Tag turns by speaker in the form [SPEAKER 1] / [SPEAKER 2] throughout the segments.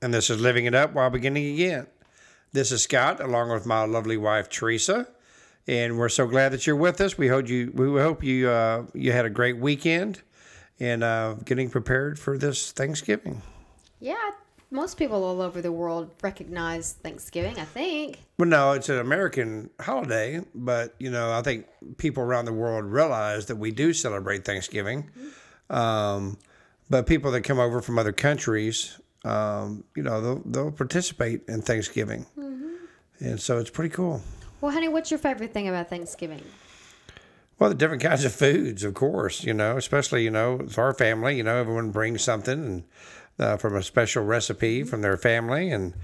[SPEAKER 1] and this is Living It Up While Beginning Again. This is Scott, along with my lovely wife Teresa, and we're so glad that you're with us. We hope you we hope you uh, you had a great weekend and uh, getting prepared for this Thanksgiving.
[SPEAKER 2] Yeah, most people all over the world recognize Thanksgiving, I think.
[SPEAKER 1] Well, no, it's an American holiday, but you know I think people around the world realize that we do celebrate Thanksgiving. Um, but people that come over from other countries um, you know, they'll, they'll participate in Thanksgiving. And so it's pretty cool.
[SPEAKER 2] Well, honey, what's your favorite thing about Thanksgiving?
[SPEAKER 1] Well, the different kinds of foods, of course, you know, especially, you know, it's our family, you know, everyone brings something and, uh, from a special
[SPEAKER 2] Mm-hmm.
[SPEAKER 1] recipe from their family and,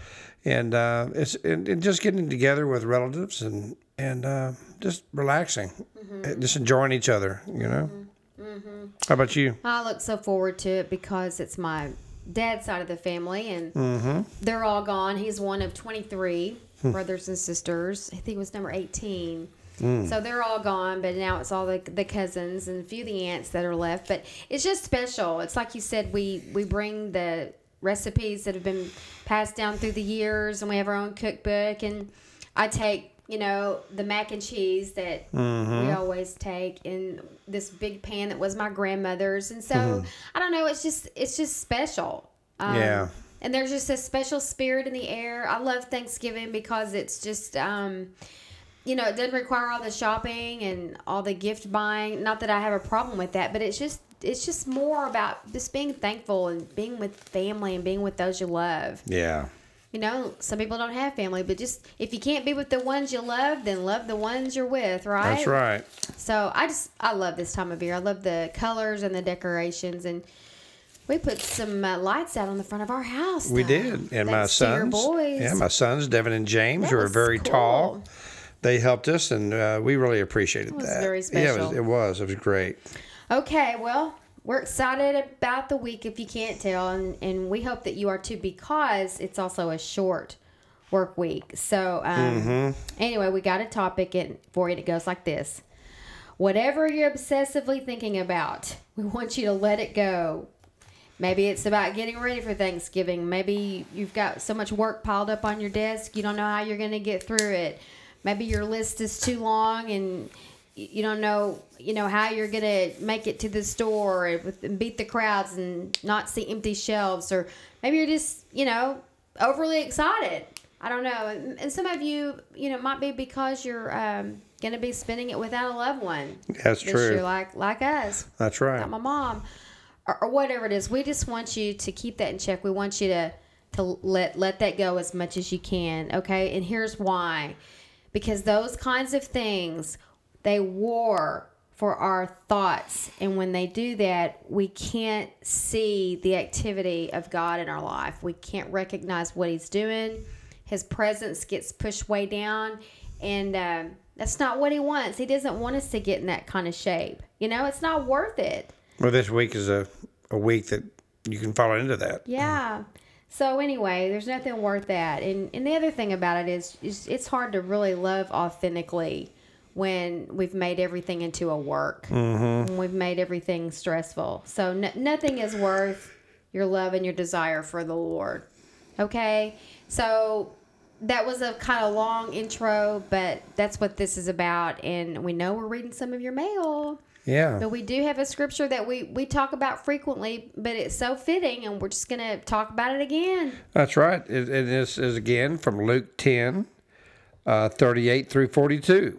[SPEAKER 1] and, uh, it's, and, and just getting together with relatives and, and, uh, just relaxing,
[SPEAKER 2] Mm-hmm.
[SPEAKER 1] and just enjoying each other, you know. How about you?
[SPEAKER 2] I look so forward to it because it's my dad's side of the family, and they're all gone. He's one of 23 brothers and sisters. I think he was number 18. So they're all gone, but now it's all the, the cousins and a few of the aunts that are left. But it's just special. It's like you said, we, we bring the recipes that have been passed down through the years, and we have our own cookbook. And I take, you know, the mac and cheese that we always take in this big pan that was my grandmother's. And so I don't know, it's just it's just special. Um,
[SPEAKER 1] Yeah.
[SPEAKER 2] And there's just a special spirit in the air. I love Thanksgiving because it's just um you know, it doesn't require all the shopping and all the gift buying. Not that I have a problem with that, but it's just it's just more about just being thankful and being with family and being with those you love.
[SPEAKER 1] Yeah.
[SPEAKER 2] You know, some people don't have family, but just if you can't be with the ones you love, then love the ones you're with, right?
[SPEAKER 1] That's right.
[SPEAKER 2] So I just I love this time of year. I love the colors and the decorations, and we put some uh, lights out on the front of our house.
[SPEAKER 1] We
[SPEAKER 2] though.
[SPEAKER 1] did, and my
[SPEAKER 2] Thanks to uh, your
[SPEAKER 1] sons,
[SPEAKER 2] boys.
[SPEAKER 1] yeah, my sons, Devin and James,
[SPEAKER 2] That
[SPEAKER 1] who are
[SPEAKER 2] was
[SPEAKER 1] very
[SPEAKER 2] cool.
[SPEAKER 1] tall. They helped us, and uh, we really appreciated
[SPEAKER 2] was
[SPEAKER 1] that.
[SPEAKER 2] very
[SPEAKER 1] Yeah, it was,
[SPEAKER 2] special.
[SPEAKER 1] it was. It was great.
[SPEAKER 2] Okay, well, we're excited about the week if you can't tell, and, and we hope that you are too because it's also a short work week. So, um,
[SPEAKER 1] Mm-hmm.
[SPEAKER 2] anyway, we got a topic and for you, and it goes like this Whatever you're obsessively thinking about, we want you to let it go. Maybe it's about getting ready for Thanksgiving. Maybe you've got so much work piled up on your desk, you don't know how you're going to get through it. Maybe your list is too long and y- you don't know, you know, how you're going to make it to the store and with- and beat the crowds and not see empty shelves or maybe you're just, you know, overly excited. I don't know. And, and some of you, you know, it might be because you're um, going to be spending it without a loved one.
[SPEAKER 1] That's
[SPEAKER 2] this
[SPEAKER 1] true.
[SPEAKER 2] Year, like like us
[SPEAKER 1] That's right.
[SPEAKER 2] not my mom or, or whatever it is we just want you to keep that in check we want you to to let let that go as much as you can okay and here's why because those kinds of things they war for our thoughts and when they do that we can't see the activity of god in our life we can't recognize what he's doing his presence gets pushed way down and um, that's not what he wants he doesn't want us to get in that kind of shape you know it's not worth it
[SPEAKER 1] Well, this week is a, a week that you can fall into that.
[SPEAKER 2] Yeah. So anyway, there's nothing worth that. And and the other thing about it is, is it's hard to really love authentically when we've made everything into a work. When we've made everything stressful. So no, nothing is worth your love and your desire for the Lord. Okay? So that was a kind of long intro, but that's what this is about and we know we're reading some of your mail.
[SPEAKER 1] Yeah.
[SPEAKER 2] But we do have a scripture that we, we talk about frequently, but it's so fitting, and we're just going to talk about it again.
[SPEAKER 1] That's right. It, and this is again from Luke 10, uh, 38 through 42.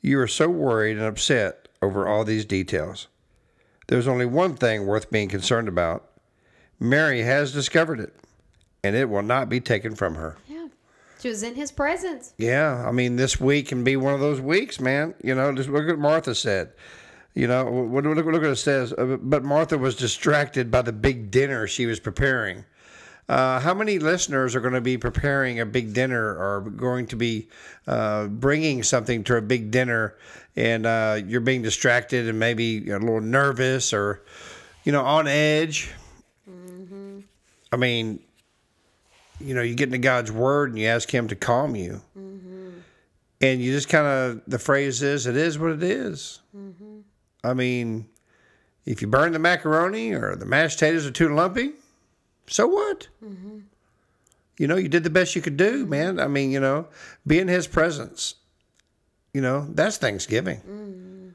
[SPEAKER 1] you are so worried and upset over all these details. There's only one thing worth being concerned about. Mary has discovered it, and it will not be taken from her.
[SPEAKER 2] Yeah. She was in his presence.
[SPEAKER 1] Yeah, I mean, this week can be one of those weeks, man. You know, just look what Martha said. You know, what look, look what it says. Uh, But Martha was distracted by the big dinner she was preparing. Uh, how many listeners are going to be preparing a big dinner or going to be uh, bringing something to a big dinner and uh, you're being distracted and maybe a little nervous or, you know, on edge? I mean, you know, you get into God's word and you ask Him to calm you. And you just kind of, the phrase is, it is what it is." I mean, if you burn the macaroni or the mashed potatoes are too lumpy, so what? You know, you did the best you could do, man. I mean, you know, be in His presence. You know, that's Thanksgiving.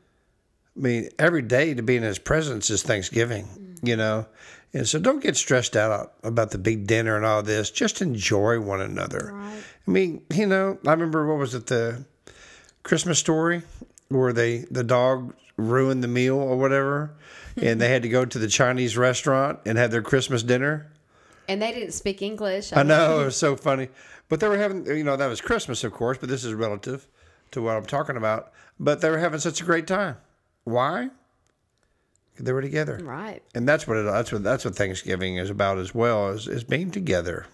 [SPEAKER 1] I mean, every day to be in His presence is Thanksgiving. You know, and so don't get stressed out about the big dinner and all this. Just enjoy one another.
[SPEAKER 2] Right.
[SPEAKER 1] I mean, you know, I remember what was it the Christmas story where they the dog ruined the meal or whatever, and they had to go to the Chinese restaurant and have their Christmas dinner.
[SPEAKER 2] And they didn't speak English.
[SPEAKER 1] I know it was so funny, but they were having you know that was Christmas of course, but this is relative to what I'm talking about. But they were having such a great time. Why? They were together
[SPEAKER 2] Right.
[SPEAKER 1] and that's what it, that's what that's what Thanksgiving is about as well is is being together.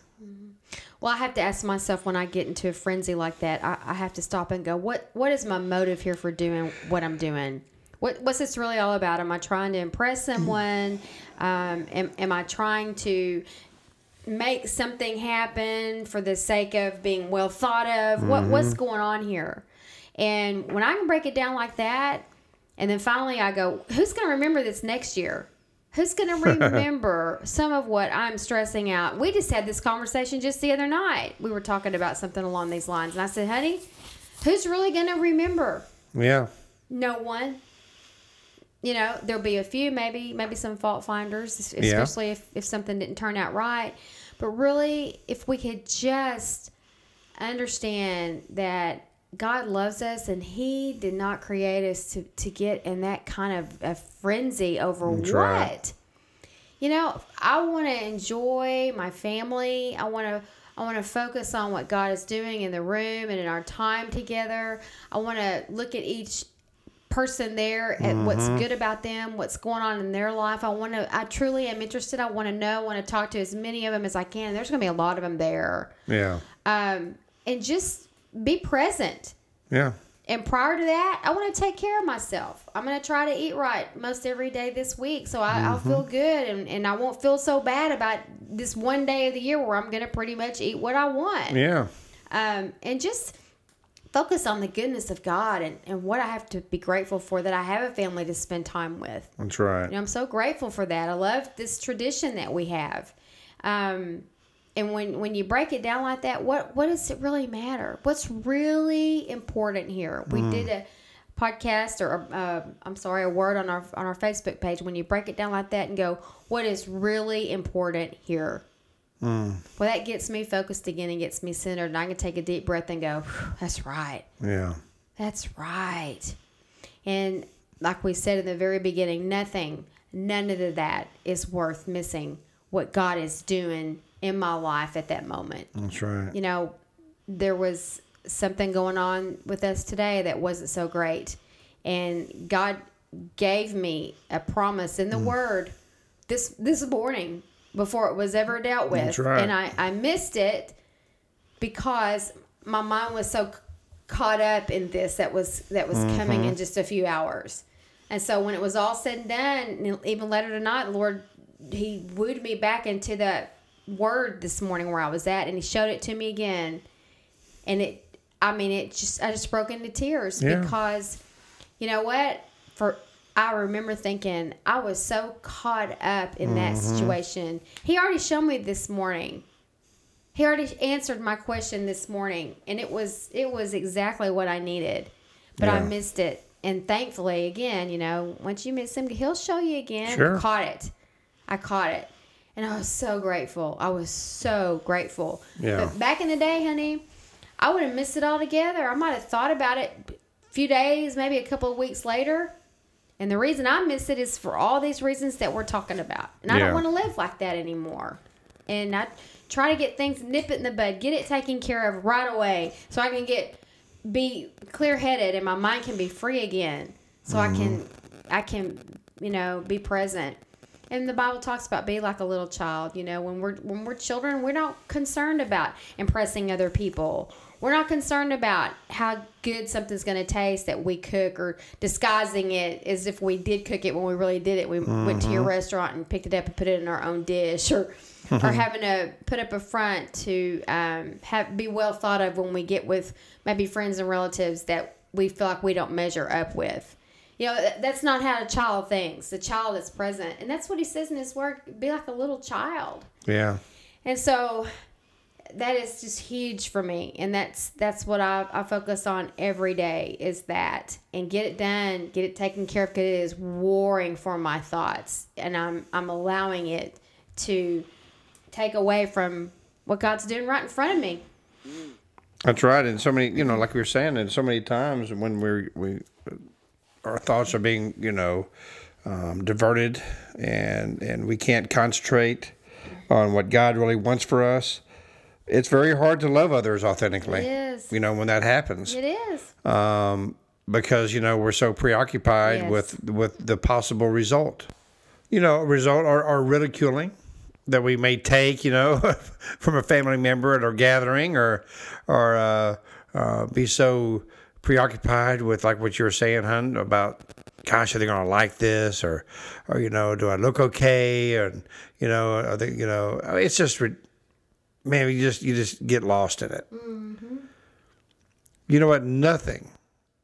[SPEAKER 2] Well, I have to ask myself when I get into a frenzy like that, I, I have to stop and go, what What is my motive here for doing what I'm doing? What What's this really all about? Am I trying to impress someone? Um, am Am I trying to make something happen for the sake of being well thought of? What What's going on here? And when I can break it down like that, and then finally I go, who's going to remember this next year? Who's going to remember some of what I'm stressing out? We just had this conversation just the other night. We were talking about something along these lines. And I said, honey, who's really going to remember?
[SPEAKER 1] Yeah.
[SPEAKER 2] No one. You know, there'll be a few, maybe, maybe some fault finders, es-
[SPEAKER 1] Yeah.
[SPEAKER 2] especially if, if something didn't turn out right. But really, if we could just understand that God loves us and He did not create us to, to get in that kind of a frenzy over
[SPEAKER 1] That's
[SPEAKER 2] what.
[SPEAKER 1] right.
[SPEAKER 2] You know, I want to enjoy my family. I want to I want to focus on what God is doing in the room and in our time together. I want to look at each person there at what's
[SPEAKER 1] Mm-hmm.
[SPEAKER 2] good about them, what's going on in their life. I want to I truly am interested. I want to know, I want to talk to as many of them as I can. There's going to be a lot of them there.
[SPEAKER 1] Yeah.
[SPEAKER 2] Um and just be present.
[SPEAKER 1] Yeah.
[SPEAKER 2] And prior to that, I want to take care of myself. I'm going to try to eat right most every day this week so I, I'll feel good and, and I won't feel so bad about this one day of the year where I'm going to pretty much eat what I want.
[SPEAKER 1] Yeah.
[SPEAKER 2] Um, and just focus on the goodness of God and, and what I have to be grateful for that I have a family to spend time with.
[SPEAKER 1] That's right.
[SPEAKER 2] You know, I'm so grateful for that. I love this tradition that we have. Um, and when, when you break it down like that, what, what does it really matter? What's really important here? We did a podcast or a, uh, I'm sorry, a word on our on our Facebook page. When you break it down like that and go, what is really important here? Well, that gets me focused again and gets me centered, and I can take a deep breath and go, "Whew, that's right.
[SPEAKER 1] Yeah.
[SPEAKER 2] That's right. And like we said in the very beginning, nothing, none of that is worth missing what God is doing in my life at that moment.
[SPEAKER 1] That's right.
[SPEAKER 2] You know, there was something going on with us today that wasn't so great. And God gave me a promise in the
[SPEAKER 1] Mm.
[SPEAKER 2] word this this morning before it was ever dealt with.
[SPEAKER 1] That's right.
[SPEAKER 2] And I, I missed it because my mind was so c- caught up in this that was that was coming in just a few hours. And so when it was all said and done, and even later tonight, the Lord, He wooed me back into the word this morning where I was at, and He showed it to me again. And it, I mean, it just, I just broke into tears
[SPEAKER 1] Yeah.
[SPEAKER 2] because, you know what? For I remember thinking I was so caught up in that situation. He already showed me this morning he already answered my question this morning and it was it was exactly what i needed but i
[SPEAKER 1] Yeah.
[SPEAKER 2] missed it and thankfully, again, you know, once you miss him, he'll show you again.
[SPEAKER 1] Sure.
[SPEAKER 2] I caught it. I caught it. And I was so grateful. I was so grateful.
[SPEAKER 1] Yeah.
[SPEAKER 2] But back in the day, honey, I would have missed it altogether. I might have thought about it a few days, maybe a couple of weeks later. And the reason I miss it is for all these reasons that we're talking about. And I
[SPEAKER 1] Yeah.
[SPEAKER 2] don't want to live like that anymore. And I try to get things, nip it in the bud, get it taken care of right away so I can get, be clear headed and my mind can be free again. So I can, I can, you know, be present. And the Bible talks about be like a little child. You know, when we're when we're children, we're not concerned about impressing other people. We're not concerned about how good something's going to taste that we cook or disguising it as if we did cook it when we really did it. We went to your restaurant and picked it up and put it in our own dish or or having to put up a front to um, have be well thought of when we get with maybe friends and relatives that we feel like we don't measure up with. You know, th- that's not how a child thinks. The child is present. And that's what he says in his work be like a little child.
[SPEAKER 1] Yeah.
[SPEAKER 2] And so that is just huge for me. And that's that's what I, I focus on every day is that and get it done, get it taken care of because it is warring for my thoughts. And I'm I'm allowing it to take away from what God's doing right in front of me.
[SPEAKER 1] That's right, and so many, you know, like we were saying, and so many times when we're we, our thoughts are being, you know, um, diverted, and and we can't concentrate on what God really wants for us. It's very hard to love others authentically.
[SPEAKER 2] It is.
[SPEAKER 1] You know when that happens,
[SPEAKER 2] It is.
[SPEAKER 1] um, because you know we're so preoccupied
[SPEAKER 2] Yes.
[SPEAKER 1] with with the possible result. You know, result or, or ridiculing that we may take, you know, from a family member at our gathering, or or uh, uh, be so preoccupied with like what you were saying, hun, about gosh, are they gonna like this, or or you know, do I look okay, and you know, are they, you know, it's just. Re- Man, you just you just get lost in it. You know what? Nothing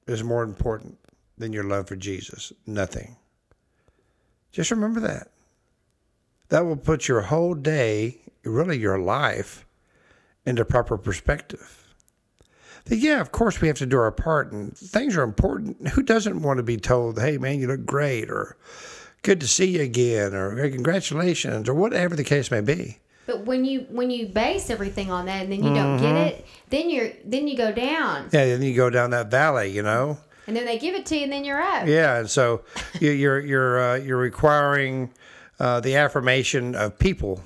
[SPEAKER 1] is more important than your love for Jesus. Nothing. Just remember that. That will put your whole day, really your life, into proper perspective. But yeah, of course, we have to do our part, and things are important. Who doesn't want to be told, hey, man, you look great, or good to see you again, or "Hey, congratulations, or whatever the case may be?
[SPEAKER 2] But when you when you base everything on that and then you don't get it, then you're then you go down.
[SPEAKER 1] Yeah, then you go down that valley, you know?
[SPEAKER 2] And then they give it to you and then you're up.
[SPEAKER 1] Yeah, and so you- you're you're uh, you're requiring uh, the affirmation of people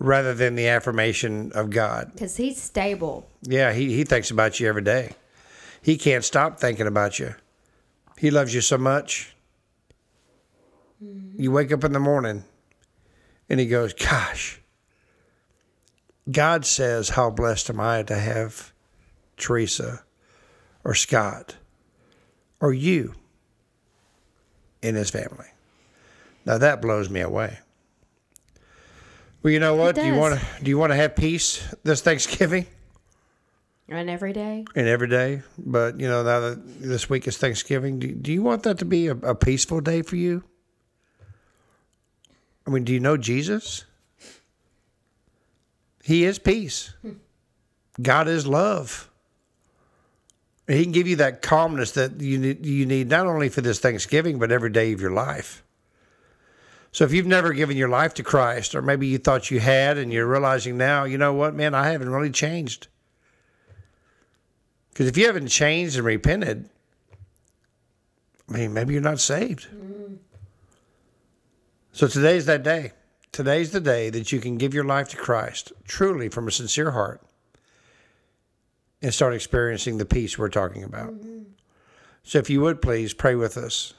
[SPEAKER 1] rather than the affirmation of God.
[SPEAKER 2] Because he's stable.
[SPEAKER 1] Yeah, he he thinks about you every day. He can't stop thinking about you. He loves you so much. You wake up in the morning, and he goes, "Gosh." God says, "How blessed am I to have Teresa, or Scott, or you in his family." Now that blows me away. Well, you know what? Do you
[SPEAKER 2] does.
[SPEAKER 1] want to do you want to have peace this Thanksgiving?
[SPEAKER 2] And every day.
[SPEAKER 1] and every day. But you know, now that this week is Thanksgiving, do, do you want that to be a, a peaceful day for you? I mean, do you know Jesus? He is peace. God is love. He can give you that calmness that you need, you need not only for this Thanksgiving but every day of your life. So if you've never given your life to Christ, or maybe you thought you had, and you're realizing now, you know what, man, I haven't really changed. Because if you haven't changed and repented, I mean, maybe you're not saved. So today's that day. Today's the day that you can give your life to Christ truly from a sincere heart and start experiencing the peace we're talking about. So if you would please pray with us.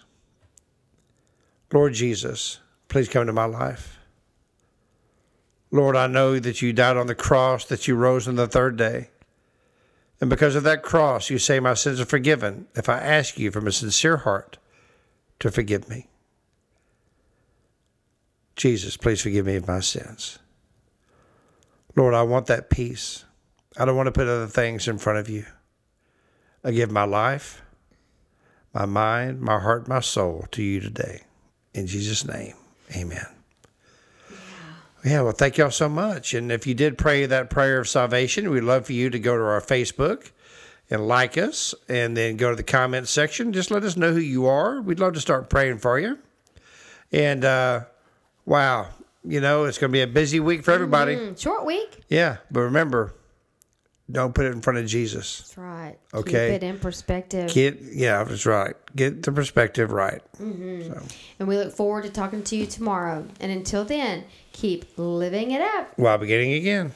[SPEAKER 1] Lord Jesus, please come into my life. Lord, I know that you died on the cross, that you rose on the third day. And because of that cross, you say, My sins are forgiven if I ask you from a sincere heart to forgive me. Jesus, please forgive me of my sins. Lord, I want that peace. I don't want to put other things in front of you. I give my life, my mind, my heart, my soul to you today. In Jesus' name, amen. Yeah, well, thank y'all so much. And if you did pray that prayer of salvation, we'd love for you to go to our Facebook and like us, and then go to the comment section. Just let us know who you are. We'd love to start praying for you. And uh, wow, you know, it's going to be a busy week for everybody.
[SPEAKER 2] Mm, Short week.
[SPEAKER 1] Yeah, but remember, don't put it in front of Jesus.
[SPEAKER 2] That's right.
[SPEAKER 1] Okay.
[SPEAKER 2] Keep it in perspective.
[SPEAKER 1] Get yeah, that's right. Get the perspective right.
[SPEAKER 2] and we look forward to talking to you tomorrow. And until then, keep living it up.
[SPEAKER 1] While beginning again.